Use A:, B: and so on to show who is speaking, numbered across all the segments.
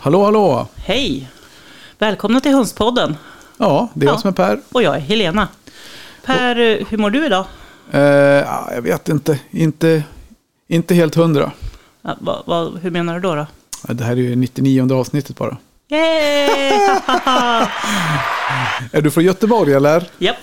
A: Hallå, hallå!
B: Hej! Välkomna till Hönspodden.
A: Ja, det är
B: Ja.
A: jag som är Per.
B: Och jag är Helena. Per, eh, hur mår du idag?
A: Eh, ah, jag vet inte. inte. Inte helt hundra.
B: Ja, vad- vad- hur menar du då? då?
A: Ja, Det här är ju 99 avsnittet bara.
B: Yay!
A: Är du från Göteborg eller?
B: Japp,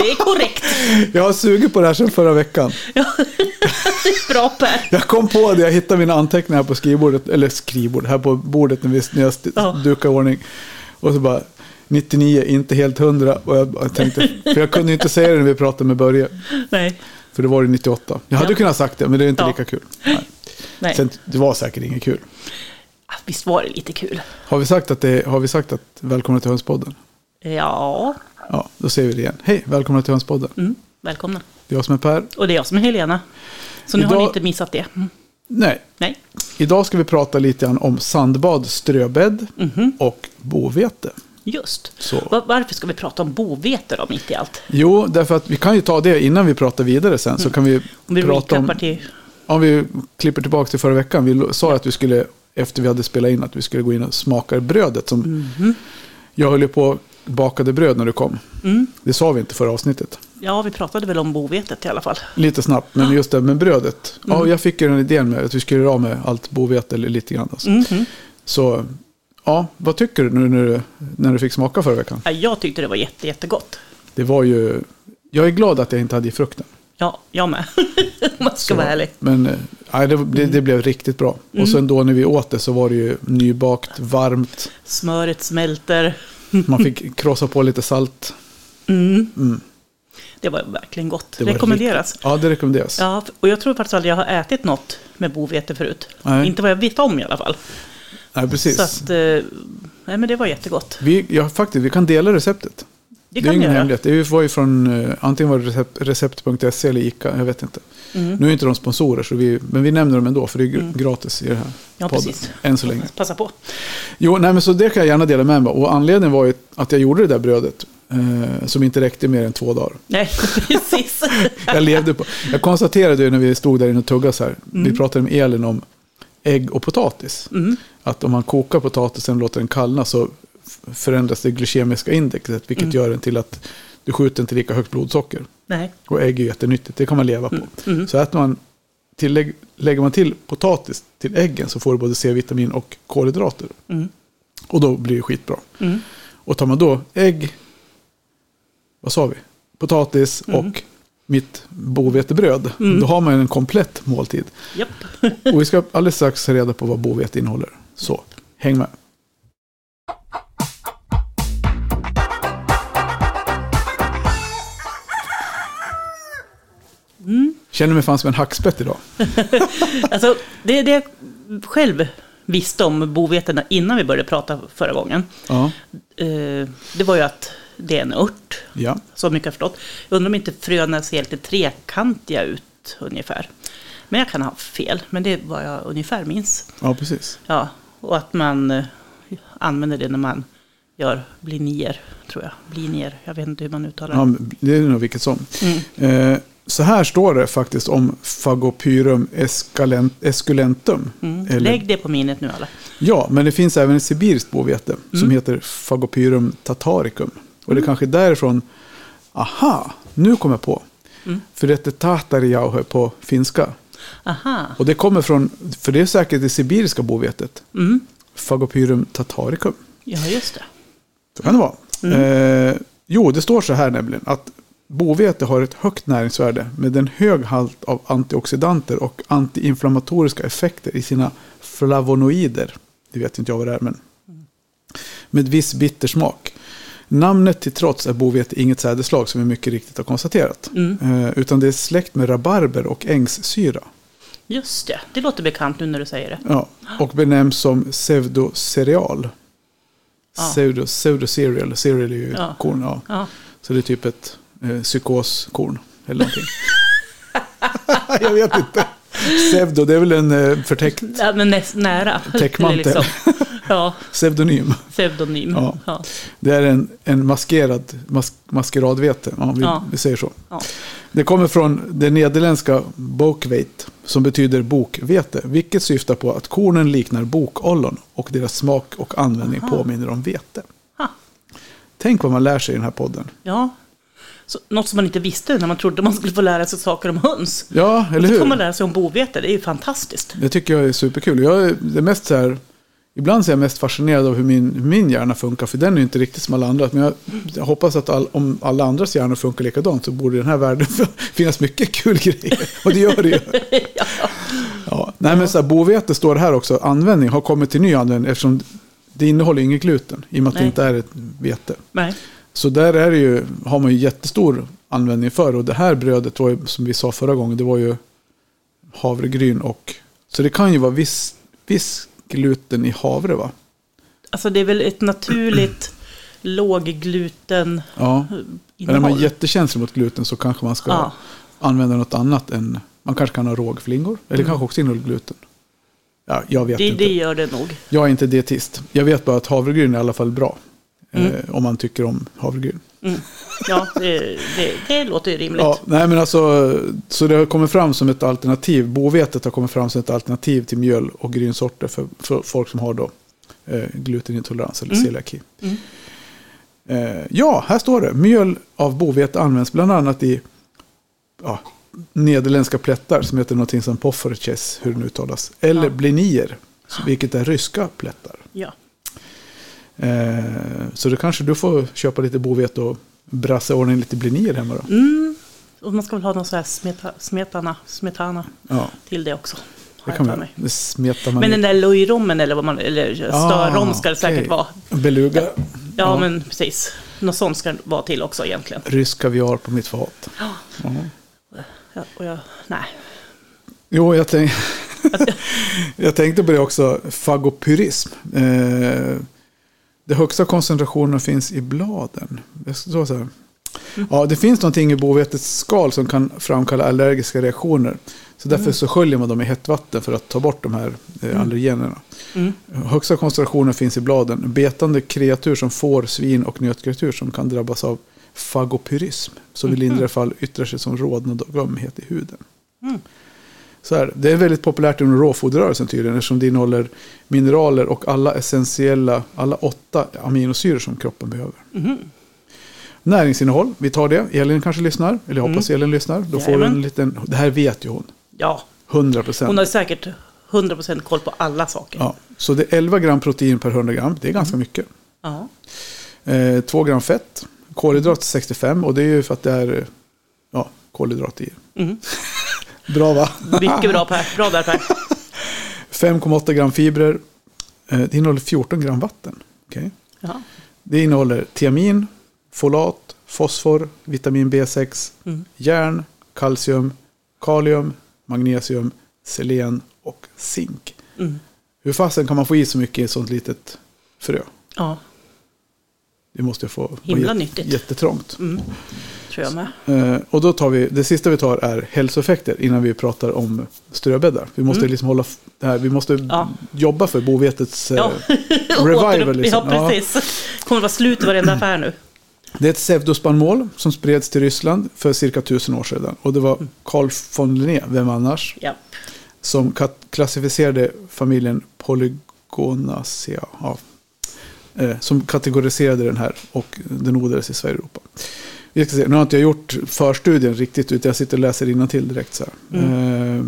B: det är korrekt.
A: Jag har sugit på det här sedan förra veckan.
B: Det är bra Per.
A: Jag kom på det, jag hittade mina anteckningar på skrivbordet, eller skrivbord, här på bordet när, vi, när jag st-
B: Ja.
A: dukade i ordning. Och så bara 99, inte helt hundra. Och jag bara tänkte, för jag kunde ju inte säga det när vi pratade med Börje.
B: Nej,
A: För det var det 98. Jag hade
B: Ja.
A: kunnat sagt det, men det är inte
B: Ja.
A: lika kul. Nej.
B: nej.
A: Sen, det var säkert inget kul.
B: Ah, Visst var det lite kul?
A: Har vi sagt att, det, har vi sagt att välkomna till Hönspodden?
B: Ja,
A: Ja, då säger vi det igen. Hej, välkomna till Hönspodden.
B: mm, välkomna.
A: Det är jag som är Per.
B: Och det är jag som är Helena. Så nu har
A: Idag-
B: ni inte missat det. Mm.
A: Nej,
B: Nej,
A: idag ska vi prata lite grann om sandbad, ströbädd
B: Mhm.
A: och bovete.
B: just.
A: Så.
B: Va- Varför ska vi prata om bovete då, mitt i allt?
A: Jo, därför att vi kan ju ta det innan vi pratar vidare sen. Så kan vi,
B: Mm. Om vi
A: prata om...
B: recapar till...
A: Om vi klipper tillbaka till förra veckan. Vi lo- sa att vi skulle, efter vi hade spelat in, att vi skulle gå in och smaka brödet. Som
B: Mhm.
A: Jag höll ju på och bakade bröd när du kom.
B: Mm.
A: Det sa vi inte förra avsnittet.
B: Ja, vi pratade väl om bovetet i alla fall.
A: Lite snabbt, men just det med brödet. Ja,
B: Mm.
A: jag fick ju den idén med att vi skulle göra av med allt bovete eller lite grann. Alltså.
B: Mhm.
A: Så, ja, vad tycker du nu när du, när du fick smaka förra veckan?
B: Ja, jag tyckte det var jätte, jättegott.
A: Det var ju... Jag är glad att jag inte hade i frukten.
B: Ja, jag med. Om man
A: Så,
B: ska vara ärlig.
A: Men eh, nej, det, det,
B: Mm.
A: det blev riktigt bra. Och sen då när vi åt det så var det ju nybakt, varmt.
B: Smöret smälter.
A: Man fick krossa på lite salt.
B: Mm. Det var verkligen gott.
A: Mm. Det var
B: Rekommenderas.
A: riktigt- Ja, det rekommenderas.
B: Ja, och jag tror faktiskt aldrig jag har ätit något med bovete förut.
A: Nej.
B: Inte vad jag vet om i alla fall.
A: Nej,
B: Så
A: precis.
B: att, eh, nej men det var jättegott.
A: Vi, ja, faktiskt, vi kan dela receptet.
B: Det
A: är
B: kan
A: ju
B: vi
A: ingen
B: göra.
A: hemlighet. Det är ju- var ju från, eh, antingen var det recept, recept.se eller ICA, jag vet inte.
B: Mm.
A: Nu är inte de sponsorer, så vi, men vi nämner dem ändå, för det är gr- gratis i det här
B: Ja,
A: podden.
B: precis.
A: Än så länge.
B: Passa på.
A: Jo, nej, men så det kan jag gärna dela med mig Och anledningen var ju att jag gjorde det där brödet, eh, som inte räckte mer än två dagar.
B: Nej, precis.
A: Jag levde på. Jag konstaterade ju när vi stod där inne och tuggade så här.
B: Mm.
A: Vi pratade med Elin om ägg och potatis. Att om man kokar potatisen och låter den kallna så f- förändras det glykemiska indexet. Vilket gör den till att du skjuter inte lika högt blodsocker.
B: nej,
A: Och ägg är ju jättenyttigt, det kan man leva på. Så att man tillägg, lägger man till potatis till äggen så får du både C-vitamin och kolhydrater. Och då blir det skitbra. Och tar man då ägg, vad sa vi? Potatis och mitt bovetebröd. Då har man en komplett måltid.
B: japp.
A: Och vi ska alldeles strax ta reda på vad bovete innehåller. Så, häng med. Känner mig fan som en hackspett idag.
B: Alltså, det, det jag själv visste om bovetena innan vi började prata förra gången,
A: Ja,
B: eh, det var ju att det är en ört.
A: ja.
B: Så mycket har jag förstått. Jag undrar om inte fröna ser lite trekantiga ut ungefär. Men jag kan ha fel, men det är vad jag ungefär minns.
A: ja precis.
B: Ja, och att man eh, använder det när man gör blinier, tror jag. Blinier, jag vet inte hur man uttalar
A: Ja,
B: det.
A: men det är nog vilket som.
B: Mm.
A: Eh, så här står det faktiskt om Phagopyrum escalen- esculentum.
B: Mm.
A: Eller-
B: Lägg det på minnet nu alla.
A: Ja, men det finns även ett sibiriskt bovete som heter Phagopyrum tataricum. Och det är kanske är därifrån, aha, nu kommer jag på. För det heter Tatarjauhe på finska.
B: Aha,
A: Och det kommer från, för det är säkert det sibiriska bovetet,
B: mm.
A: Phagopyrum tataricum.
B: ja just det.
A: Så kan det vara.
B: Mm.
A: Eh, jo, det står så här nämligen att bovete har ett högt näringsvärde med en hög halt av antioxidanter och antiinflammatoriska effekter i sina flavonoider. Det vet inte jag vad det är, men med viss bittersmak. Namnet till trots är bovete inget sädeslag som vi mycket riktigt har konstaterat.
B: Mm.
A: Eh, utan det är släkt med rabarber och ängssyra.
B: Just det, det låter bekant nu när du säger det.
A: Ja, och benämns som pseudocereal.
B: Ja.
A: Pseudo, pseudocereal, cereal är ju
B: Ja.
A: korn. Ja.
B: Ja.
A: Så det är typ ett eh, psykoskorn eller någonting. Jag vet inte. Pseudo, det är väl en eh, förtäckt...
B: Ja, men näst, nära.
A: Täckmantel.
B: Eller liksom. Ja,
A: Pseudonym.
B: pseudonym.
A: Ja.
B: Ja. Ja.
A: Det är en, en maskerad mas, maskeradvete, om vi,
B: Ja.
A: vi säger så.
B: Ja.
A: Det kommer från det nederländska bokweit, som betyder bokvete, vilket syftar på att kornen liknar bokollon och deras smak och användning påminner om vete.
B: Ha.
A: Tänk vad man lär sig i den här podden.
B: Så, något som man inte visste när man trodde man skulle få lära sig saker om höns.
A: Ja, eller
B: Eller Så får
A: hur?
B: man lära sig om bovete, det är ju fantastiskt.
A: Det tycker jag är superkul. Jag är det är mest så här, ibland så är jag mest fascinerad av hur min, hur min hjärna funkar, för den är ju inte riktigt som alla andra. Men jag, jag hoppas att all, om alla andras hjärnor funkar likadant så borde i den här världen finnas mycket kul grejer. Och det gör det ju.
B: ja.
A: Ja. Nej, men så här, bovete står det här också, användning har kommit till ny användning eftersom det innehåller ju inget gluten i och med att det
B: Nej.
A: inte är ett vete.
B: Nej.
A: Så där är det ju, har man ju jättestor användning för. Och det här brödet var ju, som vi sa förra gången, det var ju havregryn och... Så det kan ju vara viss, viss gluten i havre va?
B: Alltså det är väl ett naturligt låggluten
A: Ja. Men är
B: innehåll.
A: man jättekänslig mot gluten så kanske man ska
B: Ja.
A: använda något annat än... Man kanske kan ha rågflingor. Eller kanske också innehåller gluten. Ja, jag vet
B: Mm.
A: inte.
B: det, det gör det nog.
A: Jag är inte dietist. Jag vet bara att havregryn är i alla fall bra. Eh, om man tycker om havregryn.
B: Mm. Ja, det, det, det låter ju rimligt.
A: Ja, nej men alltså, så det har kommit fram som ett alternativ. Bovetet har kommit fram som ett alternativ till mjöl och grynsorter för, för folk som har då, eh, glutenintolerans
B: Mm.
A: eller celiaki. Eh, ja, här står det. Mjöl av bovete används bland annat i ja, nederländska plättar som heter någonting som poffertjes, hur det nu uttalas. Eller
B: Ja.
A: blinier, vilket är ryska plättar.
B: Ja.
A: Eh, så då kanske du får köpa lite bovete och brassa i ordning lite blinier hemma då.
B: Mm. Och man ska väl ha någon sån här smeta, smetana, smetana
A: Ja.
B: till det också. har
A: Det
B: jag
A: kan
B: för
A: man
B: mig.
A: Det smetar man
B: Men
A: i. Ah,
B: den där löjrommen eller vad man, eller störrom ska det säkert
A: okej.
B: vara.
A: Beluga. Ja,
B: Ja, men precis. Något sånt ska det vara till också egentligen.
A: Rysk kaviar på mitt fat.
B: Ja, och jag, nej.
A: Jo, jag, tänk... jag tänkte på det också. Fagopyrism. Eh, det högsta koncentrationen finns i bladen. Det står så här.
B: Mm.
A: Ja, det finns någonting i bovetets skal som kan framkalla allergiska reaktioner. Så
B: Mm.
A: därför så sköljer man dem i hett vatten för att ta bort de här eh, allergenerna. Högsta koncentrationen finns i bladen. Betande kreatur som får, svin och nötkreatur som kan drabbas av fagopyrism. Som i
B: Mhm.
A: lindrigare fall yttrar sig som rodnad och ömhet i huden.
B: Mm.
A: Så här, det är väldigt populärt inom råfoderrörelsen tydligen eftersom det innehåller mineraler och alla essentiella, alla åtta aminosyror som kroppen behöver.
B: Mhm.
A: Näringsinnehåll, vi tar det. Elin kanske lyssnar, eller jag hoppas Elin lyssnar. Då får hon en
B: Mm. Jajamän.
A: liten, det här vet ju hon,
B: Ja,
A: 100 procent.
B: hon har säkert 100% koll på alla saker.
A: Ja, så det är 11 gram protein per 100 gram, det är
B: Mm.
A: ganska mycket.
B: Ja.
A: Eh, 2 gram fett, kolhydrat 65 och det är ju för att det är eh, ja, kolhydrat i.
B: Mm.
A: Bra va?
B: Mycket bra Per. Bra där Per.
A: 5,8 gram fibrer. Eh, Det innehåller 14 gram vatten. Okej.
B: Ja.
A: Det innehåller tiamin, folat, fosfor, vitamin B6,
B: Mm.
A: järn, kalcium, kalium, magnesium, selen och zink.
B: Mm.
A: Hur fasen kan man få i så mycket i ett sånt litet frö?
B: ja,
A: Det måste ju få vara
B: Himla
A: jätte-
B: nyttigt.
A: jättetrångt.
B: tror jag med.
A: Eh, och då tar vi, det sista vi tar är hälsoeffekter innan vi pratar om ströbäddar. Vi måste liksom hålla f- det här, vi måste
B: Mm. Ja.
A: jobba för bovetets eh,
B: Ja.
A: revival. Liksom.
B: Ja, precis. kommer vara slut i varenda affär nu.
A: Det är ett pseudospannmål som spreds till Ryssland för cirka tusen år sedan. Och det
B: Mm.
A: var Carl von Linné, vem annars,
B: Ja.
A: som kat- klassificerade familjen Polygonacea. Ja. Eh, som kategoriserade den här och den odlades i Sverige och Europa. Vi ska se, nu har inte jag gjort förstudien riktigt utan jag sitter och läser till direkt. Så här. Eh,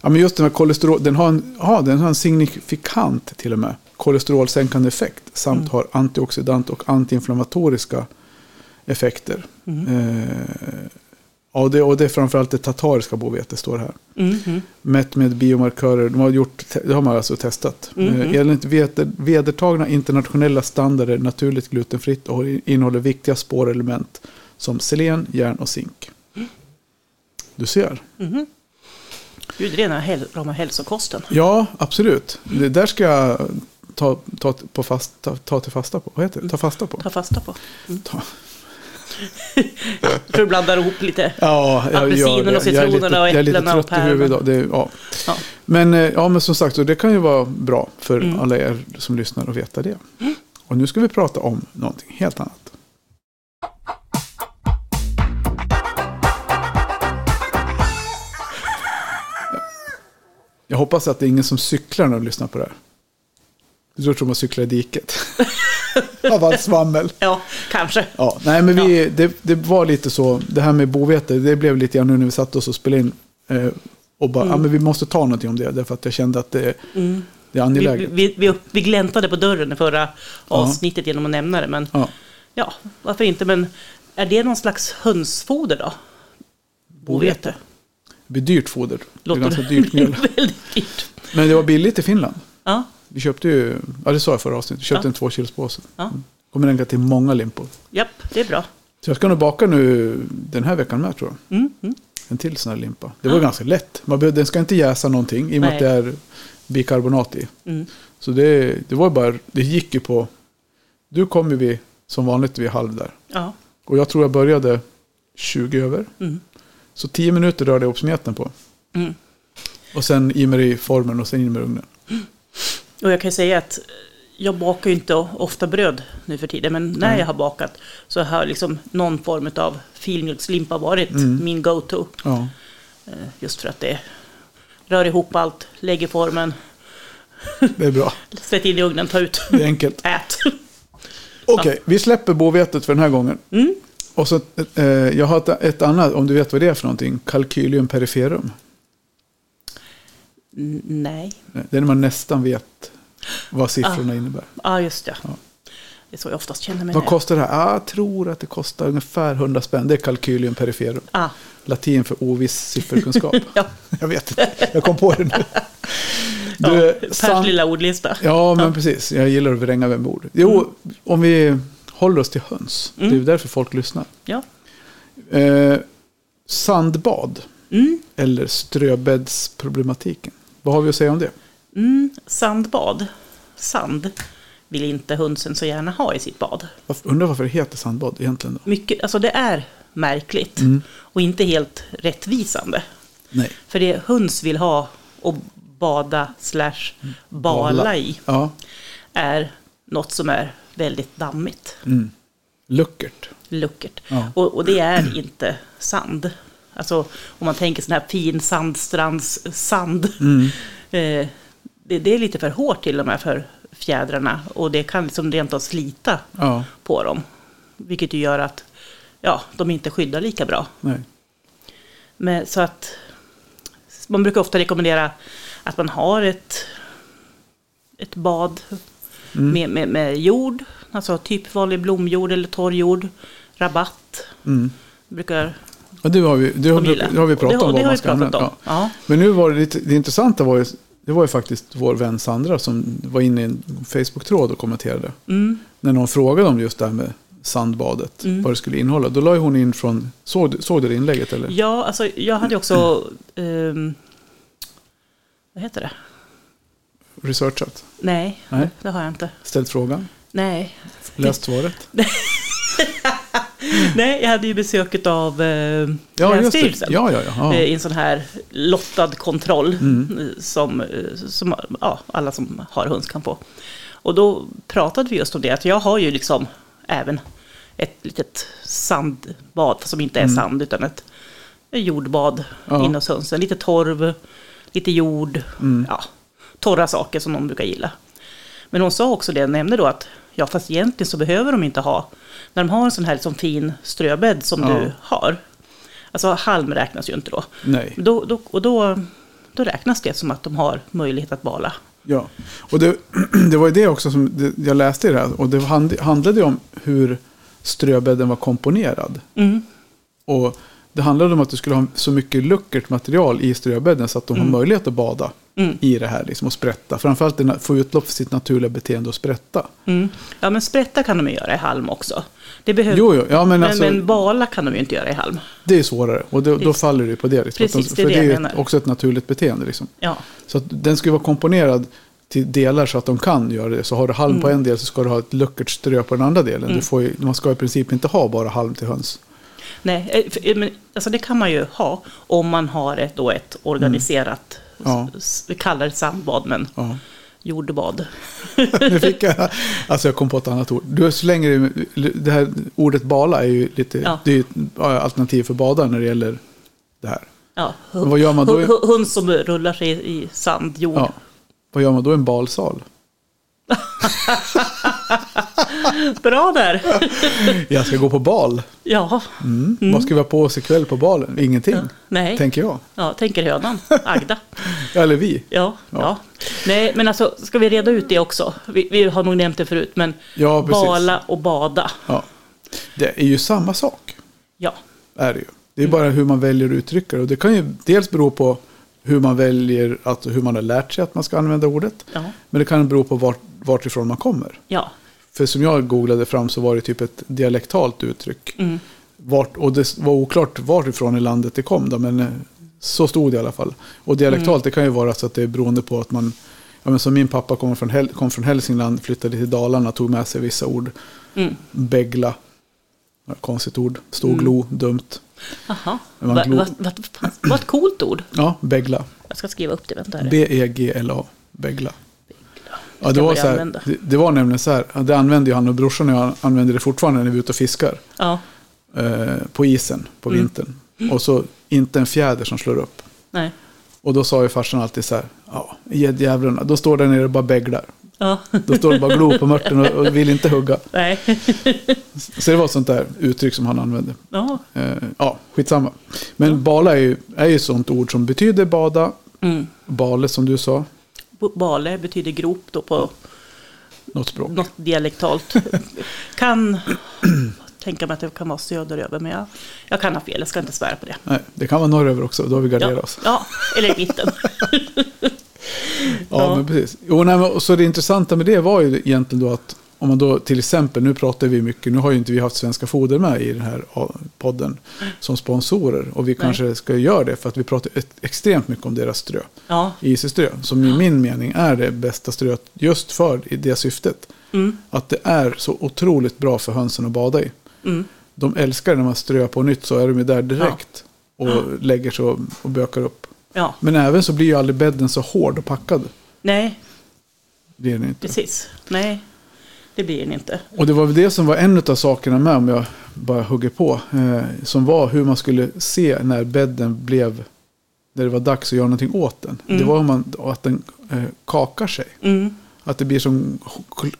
A: ja, men just den här kolesterol, den har, en, ja, den har en signifikant till och med kolesterolsänkande effekt samt har antioxidant och antiinflammatoriska effekter. Eh, ja, det, och det är framförallt det tatariska bovetet står det här
B: Mhm.
A: mätt med biomarkörer. De har gjort, det har man alltså testat.
B: Mhm.
A: Eh, Enligt veder- vedertagna internationella standarder naturligt glutenfritt och har- innehåller viktiga spårelement som selen, järn och zink. Du ser.
B: Gud, det är den här häl- rama hälsokosten.
A: Ja, absolut. Det där ska jag ta, ta, på fast, ta, ta till fasta på. Vad heter det? Ta fasta på.
B: Ta fasta på.
A: Ta.
B: För att blanda ihop lite.
A: Ja, jag gör
B: Apelsinen
A: det.
B: och citronerna och
A: jag är lite, Jag
B: äpplena
A: är
B: och
A: lite trött i huvudet idag. Det, är- ja.
B: Ja.
A: Men, eh, ja, men som sagt, och det kan ju vara bra för alla er som lyssnar att veta det. Och nu ska vi prata om någonting helt annat. Jag hoppas att det är ingen som cyklar när de lyssnar på det här. Du tror att man cyklar i diket. Av allt svammel.
B: Ja, kanske.
A: Ja, nej, men vi, det, det var lite så, det här med bovete, det blev lite grann nu när vi satt oss och spelade in. Eh, och bara,
B: Mm.
A: ja, men vi måste ta någonting om det, därför att jag kände att det, det är angeläget.
B: Vi, vi, vi, vi gläntade på dörren i förra avsnittet genom att nämna det. Men
A: ja,
B: ja, varför inte? Men är det någon slags hönsfoder då? Bovete.
A: det blir dyrt foder.
B: Låter
A: det är ganska dyrt mjöl.
B: väldigt dyrt.
A: Men det var billigt i Finland.
B: Ja,
A: Vi köpte ju, ja det sa jag förra avsnittet, vi köpte
B: Ja.
A: en tvåkilospåse.
B: ja.
A: Kommer den gå till många limpor.
B: Japp, det är bra.
A: Så jag ska nog baka nu den här veckan med tror jag.
B: Mm,
A: En till sån här limpa. Det var ganska lätt. Man behövde, den ska inte jäsa någonting i och med
B: Nej.
A: att det är bikarbonat i.
B: mm.
A: Så det, det var ju bara, det gick ju på. Du kom ju vid, som vanligt vid halv där.
B: Ja,
A: Och jag tror jag började 20 över. Så 10 minuter rörde jag upp smeten på.
B: Mm.
A: Och sen i med det i formen och sen in med ugnen.
B: och jag kan ju säga att jag bakar ju inte ofta bröd nu för tiden, men när jag har bakat så har liksom någon form av filmjölkslimpa varit
A: Mm.
B: min go-to.
A: Ja.
B: Eh, Just för att det rör ihop allt, lägger formen,
A: Det är bra.
B: sätt in i ugnen, ta ut,
A: Det är enkelt.
B: ät.
A: Okej, vi släpper bovetet för den här gången.
B: Mm.
A: Och så, eh, jag har ett, ett annat, om du vet vad det är för någonting, Calcylium periferum.
B: N- Nej,
A: Det är när man nästan vet vad siffrorna innebär.
B: ja ah, just det. Det är så jag oftast känner mig.
A: Vad
B: när-
A: kostar det här? Ah, jag tror att det kostar ungefär 100 spänn. Det är Calcylium periferum.
B: Ah,
A: Latin för oviss sifferkunskap.
B: ja.
A: jag vet inte, jag kom på det nu.
B: ja,
A: Du,
B: Pers
A: san-
B: lilla ordlista.
A: Ja, men precis. Jag gillar att vränga med ord. Jo,
B: Mm.
A: om vi håller oss till höns. Det är ju därför folk lyssnar.
B: Ja.
A: Eh, sandbad
B: Mm.
A: eller ströbäddsproblematiken. Vad har vi att säga om det?
B: Mm. Sandbad. Sand vill inte hönsen så gärna ha i sitt bad.
A: Varför- Undrar varför det heter sandbad egentligen då?
B: Mycket, alltså det är märkligt
A: Mm.
B: och inte helt rättvisande.
A: Nej.
B: För det höns vill ha och bada slash
A: Mm.
B: bala i
A: Ja,
B: är något som är väldigt dammigt,
A: Mm. luckert.
B: luckert.
A: Ja.
B: Och, och det är inte sand. Alltså om man tänker sån här fin sandstrands-sand. Eh, det, det är lite för hårt till och med för fjädrarna och det kan liksom rent av slita
A: Ja,
B: på dem. Vilket ju gör att ja, de inte skyddar lika bra.
A: nej.
B: Men, så att man brukar ofta rekommendera att man har ett, ett bad med, med, med jord, alltså typ vanlig blomjord eller torrjord, rabatt. Brukar
A: Och Mm. det har vi, det har,
B: de gilla.
A: det har vi pratat
B: det,
A: om
B: Det
A: vad
B: har
A: man
B: vi
A: ska
B: pratat
A: använda.
B: om.
A: Ja.
B: Ja.
A: Men nu var det lite, det intressanta var ju, det var ju faktiskt vår vän Sandra som var inne i en Facebook-tråd och kommenterade.
B: Mm.
A: När någon frågade om just det här med sandbadet, vad det skulle innehålla. Då la ju hon in från, såg, du- såg du det inlägget eller?
B: ja, alltså jag hade ju också... ehm, vad heter det?
A: Researchat,
B: Nej,
A: Nej.
B: det har jag inte.
A: ställt frågan,
B: Nej,
A: läst svaret.
B: Nej jag hade ju besöket av eh,
A: Ja, just det.
B: Länsstyrelsen.
A: Ja, ja, ja. Mm.
B: eh,
A: ja.
B: i en sån här lottad kontroll eh, som, eh, som ja, alla som har höns kan få. Och då pratade vi just om det, att jag har ju liksom även ett litet sandbad som inte är sand utan ett jordbad
A: Mm. Ja.
B: inne hos hönsen. Lite torv, lite jord,
A: Mm.
B: ja, torra saker som de brukar gilla. Men hon sa också det, nämnde då att ja fast egentligen så behöver de inte ha, när de har en sån här liksom fin ströbädd som
A: Ja.
B: du har, alltså halm räknas ju inte då,
A: Nej.
B: då, då, och då, då räknas det som att de har möjlighet att bala.
A: Ja, och det, det var ju det också som det, jag läste i det här. Och det hand, handlade ju om hur ströbädden var komponerad.
B: Mm.
A: Och det handlade om att du skulle ha så mycket luckert material i ströbädden så att
B: Mm.
A: de har möjlighet att bada i det här liksom, och sprätta. Framförallt den- få utlopp för sitt naturliga beteende och sprätta.
B: Ja, men sprätta kan de ju göra i halm också. Det behöver,
A: Jo, jo, ja men,
B: men,
A: alltså,
B: men bala kan de ju inte göra i halm.
A: det är svårare. Och då, då
B: Precis.
A: faller det ju på det. Liksom.
B: Precis,
A: Att
B: det är
A: för
B: det jag
A: det är ju
B: menar.
A: också ett naturligt beteende. Liksom.
B: Ja,
A: Så att den skulle vara komponerad till delar så att de kan göra det. Så har du halm på en del så ska du ha ett luckert strö på den andra delen. Du får ju, man ska i princip inte ha bara halm till höns.
B: Nej, eh, för, eh, men, alltså det kan man ju ha om man har ett, då ett organiserat,
A: Mm. Ja.
B: s- vi kallar det sandbad, men
A: Ja.
B: jordbad.
A: Nu fick jag, alltså jag kom på ett annat ord. Du slänger ju- det här ordet bala är ju lite,
B: Ja.
A: det är ju ett ja, alternativ för badare när det gäller det här.
B: Ja,
A: Men vad gör man då?
B: Hu- hu- Hund som rullar sig i sand, jord.
A: Ja. Vad gör man då i en balsal?
B: Bra där!
A: Jag ska gå på bal.
B: Ja,
A: Mm. Vad ska vi ha på oss ikväll på balen? Ingenting,
B: nej.
A: tänker jag.
B: Ja, tänker hönan, Agda.
A: Eller vi.
B: Ja, ja. Nej, men alltså, ska vi reda ut det också? Vi, vi har nog nämnt det förut, men
A: Ja, precis.
B: bala och bada.
A: Ja. Det är ju samma sak.
B: Ja,
A: är det ju. Det är bara hur man väljer att uttrycka det. Och det kan ju dels bero på hur man väljer, alltså hur man har lärt sig att man ska använda ordet.
B: Ja.
A: Men det kan bero på vart, vartifrån man kommer.
B: ja,
A: För som jag googlade fram så var det typ ett dialektalt uttryck.
B: Mm.
A: Vart, och det var oklart varifrån i landet det kom då, men eh, så stod det i alla fall. Och
B: Mm.
A: dialektalt det kan ju vara så att det är beroende på att man, ja men som min pappa kom från, Häl- kom från Hälsingland, flyttade till Dalarna, tog med sig vissa ord.
B: Mm.
A: Begla, Ja, konstigt ord, storglo, dumt.
B: aha.
A: Men man
B: Va-
A: glo-
B: va- Vad fan, vad ett coolt ord.
A: Ja, begla. E
B: Jag ska skriva upp det, vänta här.
A: B-E-G-L-A. Begla. Ja, det,
B: Ska
A: var
B: börja
A: så här,
B: använda.
A: det, det var nämligen så här, ja, det använde ju han och brorsan och jag använder det fortfarande när vi är ute och fiskar.
B: Ja,
A: Eh, på isen på
B: Mm.
A: vintern. Och så inte en fjäder som slår upp.
B: nej.
A: Och då sa ju farsan alltid så här, ja, gäddjävlarna, de står där nere och bara beglar.
B: Ja,
A: De står och bara glor på mörten och, och vill inte hugga.
B: nej.
A: Så det var sånt där uttryck som han använde.
B: Ja,
A: Eh, ja, skitsamma. Men bala är ju, är ju ett sånt ord som betyder bada,
B: mm.
A: bale som du sa,
B: B- Bale betyder grop då på
A: något språk.
B: något dialektalt. Kan tänka mig att det kan vara söderöver, men jag, jag kan ha fel. Jag ska inte svära på det.
A: Nej, det kan vara norröver också, då har vi garderat
B: Ja,
A: oss.
B: ja eller i mitten.
A: Ja,
B: Ja.
A: men precis. Jo, nej, men, och så det intressanta med det var ju egentligen då att om man då till exempel, nu pratar vi mycket, nu har ju inte vi haft Svenska Foder med i den här ja, podden som sponsorer och vi kanske ska göra det för att vi pratar ett, extremt mycket om deras strö,
B: Ja,
A: IC-strö, som i min mening är det bästa ströet just för i det syftet.
B: Mm.
A: Att det är så otroligt bra för hönsen att bada i.
B: Mm.
A: De älskar det när man ströar på nytt så är de ju där direkt och lägger sig och, och bökar upp.
B: ja.
A: Men även så blir ju aldrig bädden så hård och packad.
B: Nej,
A: Det är den inte.
B: precis. Nej, det blir den inte.
A: Och det var väl det som var en av sakerna med, om jag bara hugger på, eh, som var hur man skulle se när bädden blev, när det var dags att göra någonting åt den. Det var om man, att den eh, kakar sig.
B: Mm.
A: Att det blir som,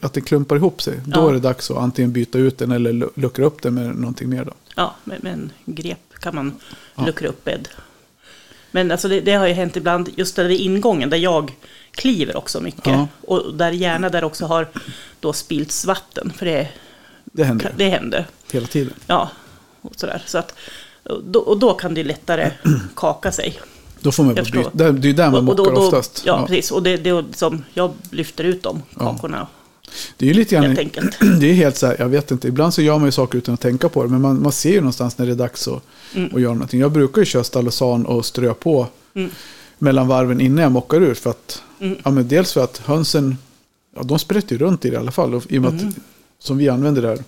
A: att det klumpar ihop sig. Då
B: Ja.
A: är det dags att antingen byta ut den eller lu- luckra upp den med någonting mer. Då.
B: Ja, men, men grep kan man luckra upp bädd. Men alltså det, det har ju hänt ibland, just där vid ingången, där jag kliver också mycket.
A: Ja.
B: Och där gärna där också har då spillts vatten, för det,
A: Det händer
B: det händer.
A: hela tiden.
B: Ja, och sådär. Så att, och då, och då kan det ju lättare kaka sig.
A: Då får man bara
B: Jag
A: byta.
B: förstår.
A: Det det är där man
B: och
A: mockar
B: då, då,
A: oftast.
B: Ja,
A: Ja.
B: precis. Och det, det är liksom, jag lyfter ut de
A: Ja.
B: kakorna
A: Det är ju lite grann,
B: helt enkelt.
A: det är helt så här, jag vet inte, ibland så gör man ju saker utan att tänka på det, men man, man ser ju någonstans när det är dags att, att göra någonting. Jag brukar ju köra stallosan och strö på mellan varven innan jag mockar ur, för att, ja, men dels för att hönsen, ja, de sprätter ju runt i det i alla fall, och, i och med att, som vi använder där,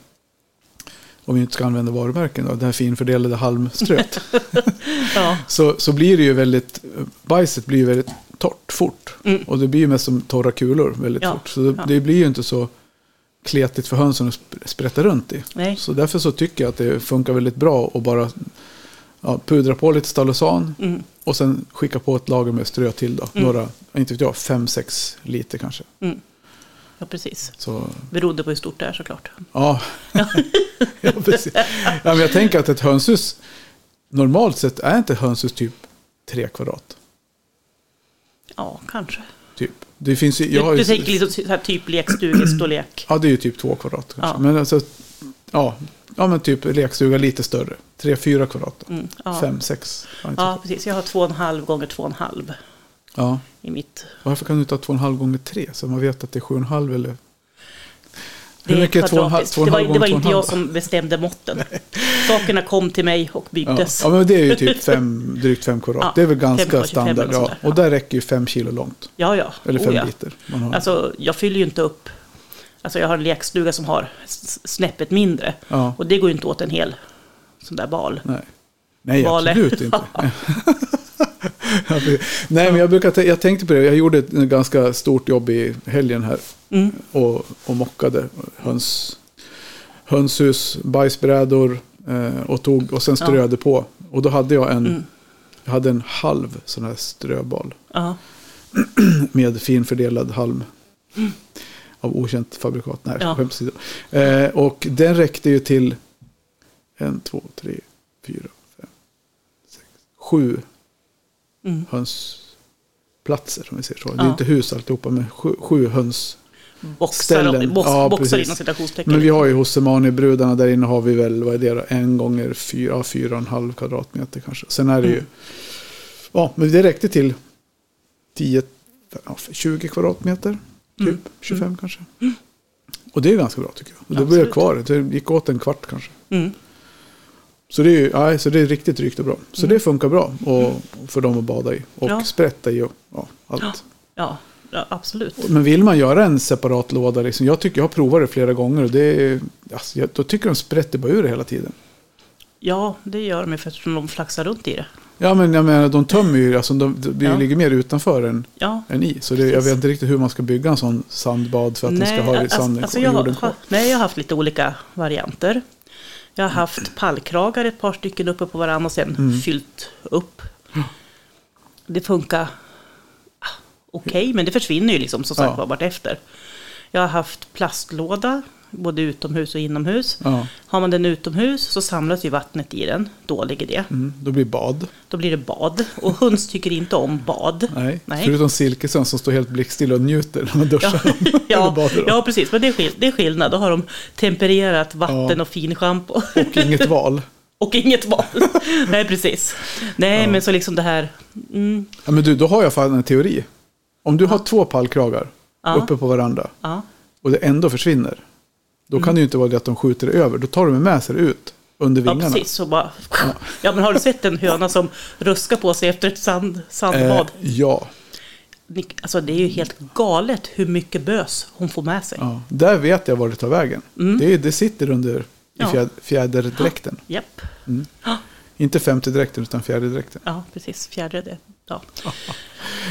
A: om vi inte ska använda varumärken, då, det här finfördelade halmströet,
B: Ja,
A: så, så blir det ju väldigt, bajset blir ju väldigt torrt fort, och det blir ju mest som torra kulor väldigt
B: Mm. Ja,
A: fort, så det,
B: ja.
A: det blir ju inte så kletigt för hönsen att sp- sprätta runt i.
B: Nej.
A: Så därför så tycker jag att det funkar väldigt bra att bara ja, pudra på lite stallosan
B: Mm.
A: och sen skicka på ett lager med strö till då. Några, inte vet jag, fem, sex liter kanske.
B: ja, precis.
A: Så,
B: Berodde på hur stort det är såklart.
A: ja. ja, precis. ja, men jag tänker att ett hönshus, normalt sett är inte ett hönshus typ tre kvadrat.
B: Ja, kanske.
A: Typ. Det finns ju,
B: Du,
A: jag har ju,
B: du tänker liksom så här typ lekstugestorlek.
A: Ja, det är ju typ två kvadrat kanske.
B: Ja.
A: Men alltså, ja, ja, men typ lekstuga lite större. Tre, fyra kvadrat. då.
B: Mm, ja.
A: Fem, sex. Ja, inte
B: Ja, precis. Jag har två och en halv gånger två och en halv
A: Ja.
B: i mitt.
A: Varför kan du inte ha två och en halv gånger tre så man vet att det är sju och en halv eller...
B: Det
A: Hur
B: är
A: mycket är två och en halv-
B: kvadratiskt.
A: två och
B: det
A: en
B: var,
A: halv
B: det var
A: gånger två och
B: inte
A: en
B: jag
A: halv?
B: som bestämde måtten. Sakerna kom till mig och
A: Ja.
B: byggdes.
A: ja, men det är ju typ fem, drygt fem kvadrat.
B: Ja,
A: det är väl
B: fem på
A: ganska
B: 25
A: standard.
B: eller sånt
A: Ja.
B: där.
A: Och där räcker ju fem kilo långt.
B: Ja, ja.
A: Eller fem
B: Oh, ja.
A: liter. Man har.
B: Alltså, jag fyller ju inte upp. Alltså, jag har en lekstuga som har s- snäppet mindre.
A: ja.
B: Och det går ju inte åt en hel sån där bal.
A: Nej, Nej
B: Valet.
A: absolut inte. Nej, men jag, brukar tä- jag tänkte på det. Jag gjorde ett ganska stort jobb i helgen här.
B: Mm.
A: Och, och mockade höns, hönshus, bajsbrädor. Eh, och, tog, och sen ströade på. Och då hade jag en, jag hade en halv sån här ströbal.
B: Ja.
A: Med finfördelad halm. Av okänt fabrikat. Nej,
B: Ja.
A: skämt åsido. eh, Och den räckte ju till en, två, tre, fyra, fem, sex, sju
B: Mm.
A: hönsplatser. Om vi säger så. Det är
B: Ja.
A: inte hus alltihopa, men sju, sju höns.
B: Boxar,
A: Ställen.
B: box,
A: Ja,
B: boxar
A: precis.
B: inom citationstecken.
A: Men vi har ju Hosemani-brudarna där inne har vi väl, vad är det då? En gånger fyra, ja, fyra och en halv kvadratmeter kanske. Sen är det ju,
B: Mm.
A: ja, men det räckte till 10, ja, 20 kvadratmeter. Typ
B: Mm.
A: 25 kanske. Och det är ganska bra tycker jag. Och det blev
B: Absolut.
A: kvar, det gick åt en kvart kanske.
B: Mm.
A: Så det är, ju, nej, så det är riktigt drygt och bra. Så det funkar bra och, för dem att bada i. Och
B: Mm. Ja.
A: sprätta i och ja, allt.
B: Ja. Ja, ja, absolut.
A: Men vill man göra en separat låda, liksom, jag, tycker, jag har provat det flera gånger och det är, alltså, jag, då tycker de sprätter bara ur det hela tiden.
B: Ja, det gör de ju för eftersom de flaxar runt i det.
A: Ja men jag menar, de tömmer ju, alltså, de, de,
B: Ja.
A: ligger mer utanför än,
B: Ja.
A: än i. Så det, jag
B: Precis.
A: vet inte riktigt hur man ska bygga en sån sandbad för att den ska ha
B: alltså-
A: sanden
B: alltså
A: kvar,
B: jag,
A: jorden
B: har,
A: kvar.
B: nej, jag har haft lite olika varianter. Jag har haft pallkragar ett par stycken uppe på varandra och sen
A: Mm.
B: fyllt upp. Det funkar ah, okej, men det försvinner ju liksom som
A: Ja.
B: sagt var vartefter. Jag har haft plastlåda, både utomhus och inomhus.
A: Ja,
B: Har man den utomhus så samlas ju vattnet i den, då ligger det.
A: mm, då blir bad.
B: Då blir det bad. Och höns tycker inte om bad.
A: Nej.
B: Nej.
A: Förutom Silkesson som står helt blickstill och njuter när man duschar. Eller
B: Ja,
A: badar.
B: ja, precis. Men det är, skill- det är skillnad. Då har de tempererat vatten
A: Ja.
B: och finschampo.
A: Och inget val.
B: och inget val. Nej, precis. Nej, men så liksom det här... Mm,
A: Ja, men du, då har jag fan en teori. Om du har två pallkragar
B: Ja.
A: uppe på varandra
B: ja.
A: och det ändå försvinner. Då kan det ju inte vara det att de skjuter det över. Då tar de med sig det ut under
B: Mm. ja,
A: vingarna.
B: precis. Så bara... Ja, men har du sett en höna som ruskar på sig efter ett sand,
A: Eh,
B: sandbad?
A: ja,
B: Ni- Alltså, det är ju helt galet hur mycket bös hon får med sig.
A: ja, där vet jag var det tar vägen. Det, är- det sitter under i
B: Mm. Ja.
A: fjäd, fjäderdräkten.
B: Japp.
A: Mm. Inte femte dräkten utan fjäderdräkten.
B: Ja, precis. Fjärde det. Ja.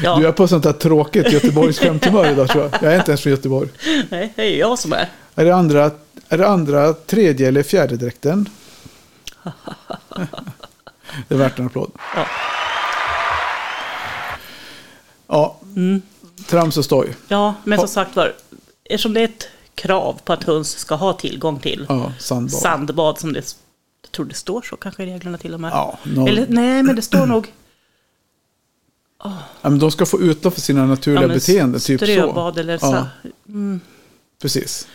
B: Ja.
A: Du är på sånt här tråkigt Göteborgsskämthumör idag tror jag. Jag är inte ens från Göteborg.
B: Nej, det är ju jag som är.
A: Är det andra, är det andra tredje eller fjärde dräkten? Det är värt en applåd.
B: Ja.
A: Ja,
B: Mm.
A: trams och stoj.
B: Ja, men
A: Ha-
B: som sagt var, eftersom det är ett krav på att höns ska ha tillgång till
A: Ja, sandbad.
B: sandbad som det, jag tror det står så kanske i reglerna till och med.
A: Ja, någon-
B: Eller, nej, men det står nog
A: Ja, men de ska få utanför sina naturliga
B: men
A: beteenden, typ så.
B: ströbad eller så.
A: Ja.
B: Ja.
A: Precis.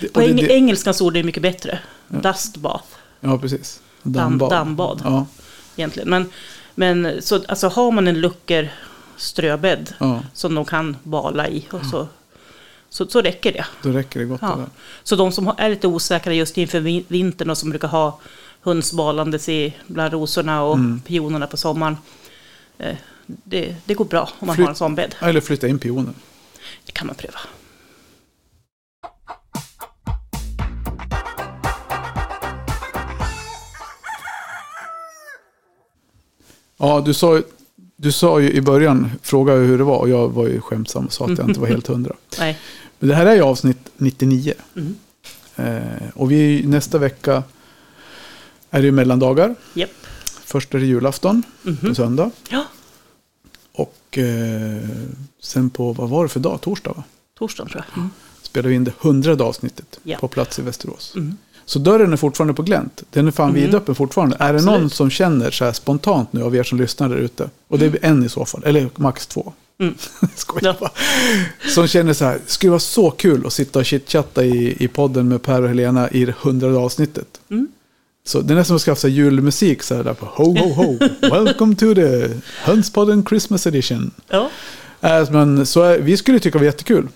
A: Det-
B: På
A: och det-
B: eng,
A: det-
B: engelskans ord är det mycket bättre. Dust bath
A: Ja, precis.
B: dammbad.
A: Ja,
B: egentligen. Men, men så, alltså, har man en lucker ströbädd
A: ja,
B: som de kan bala i och så, så, så räcker det.
A: då räcker det gott. och
B: Ja.
A: väl.
B: Så de som har- är lite osäkra just inför vin- vintern och som brukar ha hönsbalandes i bland rosorna och
A: Mm.
B: pionerna på sommaren. eh, Det, det går bra om man
A: Flyt-
B: har en sån bädd.
A: Eller flytta in pioner.
B: Det kan man pröva.
A: Ja, du sa, ju- du sa ju i början, frågade hur det var och jag var ju skämtsam och sa att jag inte var helt hundra.
B: Nej.
A: Men det här är ju avsnitt 99.
B: Mm.
A: Eh, och vi, nästa vecka är det ju mellandagar.
B: Japp.
A: Först är det julafton
B: Mhm.
A: på söndag.
B: Ja,
A: Och eh, sen på, vad var det för dag? Torsdag va?
B: torsdagen tror jag. Mm.
A: Spelar vi in det hundrade avsnitt
B: Ja. Mm.
A: på plats i Västerås. Så dörren är fortfarande på glänt. Den är fan vidöppen fortfarande. Är det
B: Absolut.
A: någon som känner så här spontant nu av er som lyssnar där ute? Och det är en i så fall, eller max två.
B: Mm.
A: Skojar
B: Ja.
A: bara. Som känner så här, skulle vara så kul att sitta och chitchatta i, i podden med Per och Helena i det hundrade avsnittet.
B: Mm.
A: Så det är nästan som att skaffa sig julmusik så här där på ho ho ho. Welcome to the Hönspodden Christmas edition.
B: Ja.
A: Mm. Äh, men så är, vi skulle tycka det var jättekul.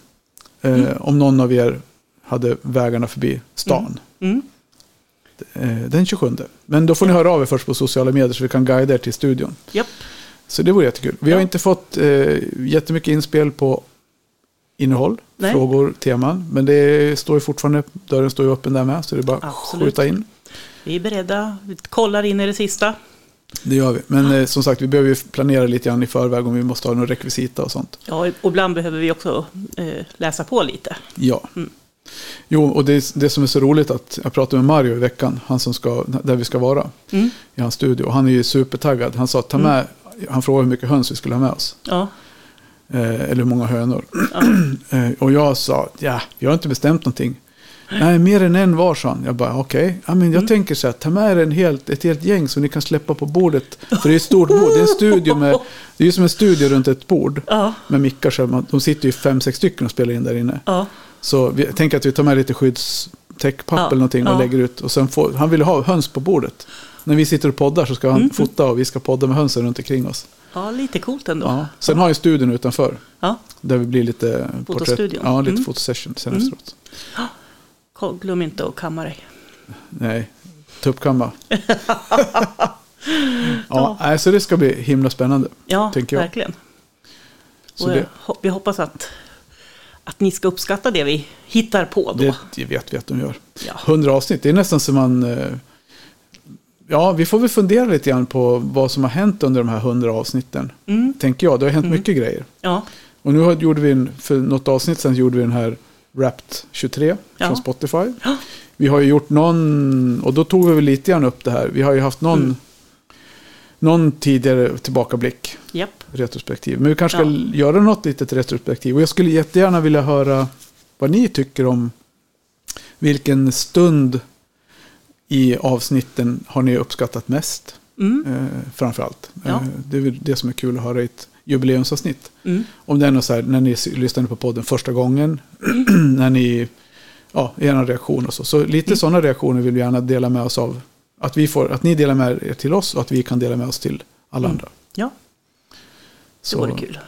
A: Eh, Om någon av er hade vägarna förbi stan.
B: Mm,
A: Eh, Den 27. Men då får ni höra av er först på sociala medier så vi kan guida er till studion.
B: Japp.
A: Så det vore jättekul. Vi har inte fått eh, jättemycket inspel på innehåll,
B: Nej.
A: frågor, teman. Men det står ju fortfarande, dörren står ju öppen där med. Så det är bara att
B: Absolut.
A: skjuta in.
B: Vi är beredda. Vi kollar in i det sista.
A: Det gör vi. Men eh, som sagt, vi behöver ju planera lite grann i förväg om vi måste ha några rekvisita och sånt.
B: Ja, och ibland behöver vi också eh, läsa på lite.
A: Ja. Jo, och det, det som är så roligt att jag pratade med Mario i veckan, han som ska, där vi ska vara, i hans studio. Han är ju supertaggad. Han sa, ta med, han frågade hur mycket höns vi skulle ha med oss.
B: Ja,
A: Eh, eller hur många hönor. eh, och jag sa, ja, jag har inte bestämt någonting. Nej, mer än en var, sa han. Jag bara, okej. Ja, men jag tänker så här, ta med er en helt, ett helt gäng så ni kan släppa på bordet. För det är ett stort bord. Det är en studio med, det är ju som en studio runt ett bord.
B: Ja.
A: Med mickar, så man, de sitter ju fem, sex stycken och spelar in där inne.
B: ja,
A: Så vi, jag tänker att vi tar med lite skyddstäckpapper
B: Ja,
A: eller någonting och
B: ja.
A: lägger ut. Och sen får, han ville ha höns på bordet. När vi sitter och poddar så ska
B: Mm.
A: han fota och vi ska podda med hönsen runt omkring oss.
B: ja lite coolt ändå.
A: Ja. Sen har jag studion utanför.
B: Ja,
A: Där vi blir lite porträtt.
B: Fotostudion.
A: Ja, lite
B: Mm.
A: fotosession sen
B: Mm.
A: efteråt.
B: Ko- glöm inte att kamma dig.
A: Nej, tuppkamma. ja, nej, Så det ska bli himla spännande.
B: Ja,
A: tänker jag.
B: verkligen.
A: Så
B: Och
A: det,
B: jag, ho- vi hoppas att, att ni ska uppskatta det vi hittar på då.
A: det, det vet vi att de gör.
B: Ja.
A: 100 avsnitt, det är nästan som man... eh, Ja, vi får väl fundera lite grann på vad som har hänt under de här 100 avsnitten. Tänker jag, det har hänt mycket grejer.
B: Mm, Ja,
A: Och nu har- gjorde vi en, för något avsnitt sen gjorde vi den här Wrapped 23
B: Ja.
A: från Spotify. Vi har ju gjort någon, och då tog vi väl lite grann upp det här. Vi har ju haft någon,
B: Mm.
A: någon tidigare tillbakablick,
B: japp.
A: retrospektiv. Men vi kanske ska
B: Ja.
A: l- göra något litet retrospektiv. Och jag skulle jättegärna vilja höra vad ni tycker om vilken stund i avsnitten har ni uppskattat mest?
B: Mm,
A: Eh, framför allt.
B: Ja.
A: Eh, det är väl det som är kul att höra i ett jubileumsavsnitt.
B: mm,
A: Om det är något så här, när ni s- lyssnade på podden första gången, när ni, ja, er reaktion och så. Så lite
B: Mm.
A: sådana reaktioner vill vi gärna dela med oss av. Att, vi får, att ni delar med er till oss och att vi kan dela med oss till
B: Mm.
A: alla andra.
B: ja, det
A: Så,
B: vore kul.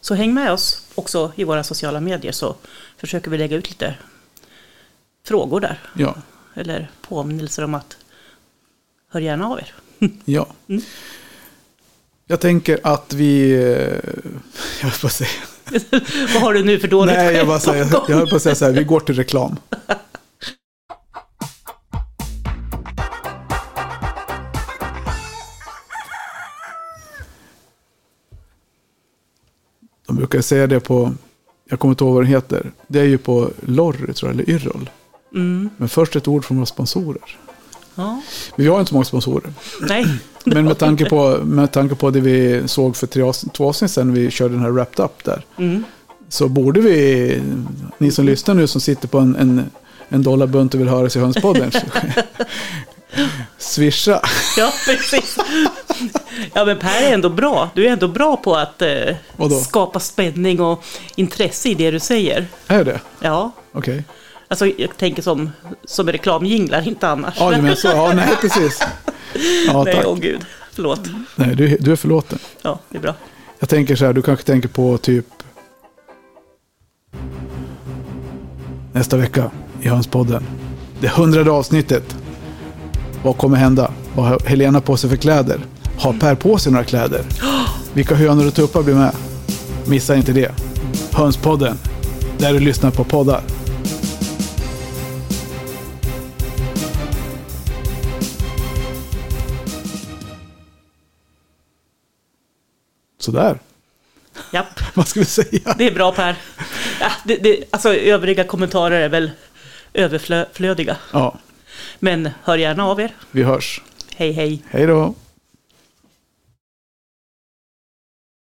B: Så häng med oss också i våra sociala medier så försöker vi lägga ut lite frågor där.
A: Ja,
B: Eller påminnelser om att hör gärna av er.
A: ja.
B: Mm.
A: Jag tänker att vi... eh, Jag höll på att säga...
B: Vad har du nu för dåligt
A: Nej, jag,
B: skämt
A: bara
B: på
A: säger,
B: gång?
A: jag höll på att säga så här, vi går till reklam. De brukar ju säga det på, jag kommer inte ihåg vad den heter, det är ju på Lorry tror jag, eller Yrrol. Men först ett ord från våra sponsorer.
B: Mm, Ja.
A: Vi har inte så många sponsorer.
B: Nej,
A: Men med tanke, på, med tanke på det vi såg för tre avsnitt, två avsnitt sedan vi körde den här Wrapped Up där.
B: Mm.
A: Så borde vi, ni som lyssnar nu som sitter på en, en, en dollarbunt och vill höra sig i hönspodden. swisha.
B: ja precis. Ja men Per är ändå bra. Du är ändå bra på att eh,
A: Vadå?
B: skapa spänning och intresse i det du säger.
A: Är det?
B: Ja,
A: Okej.
B: alltså jag tänker som, som reklamjinglar, inte annars.
A: Ja, du menar så. Ja, nej, precis. Ja,
B: Nej,
A: tack.
B: åh gud. Förlåt.
A: Nej, du, du är förlåten.
B: Ja, det är bra.
A: Jag tänker så här, du kanske tänker på typ nästa vecka i Hönspodden. Det hundrade avsnittet. Vad kommer hända? Vad har Helena på sig för kläder? Har Per på sig några kläder? Vilka hönor och tuppar blir med? Missa inte det. Hönspodden, där du lyssnar på poddar. Sådär.
B: Japp,
A: Vad ska vi säga?
B: det är bra Per. Ja, det, det, alltså övriga kommentarer är väl överflödiga.
A: Ja,
B: Men hör gärna av er.
A: vi hörs.
B: Hej hej.
A: Hej då.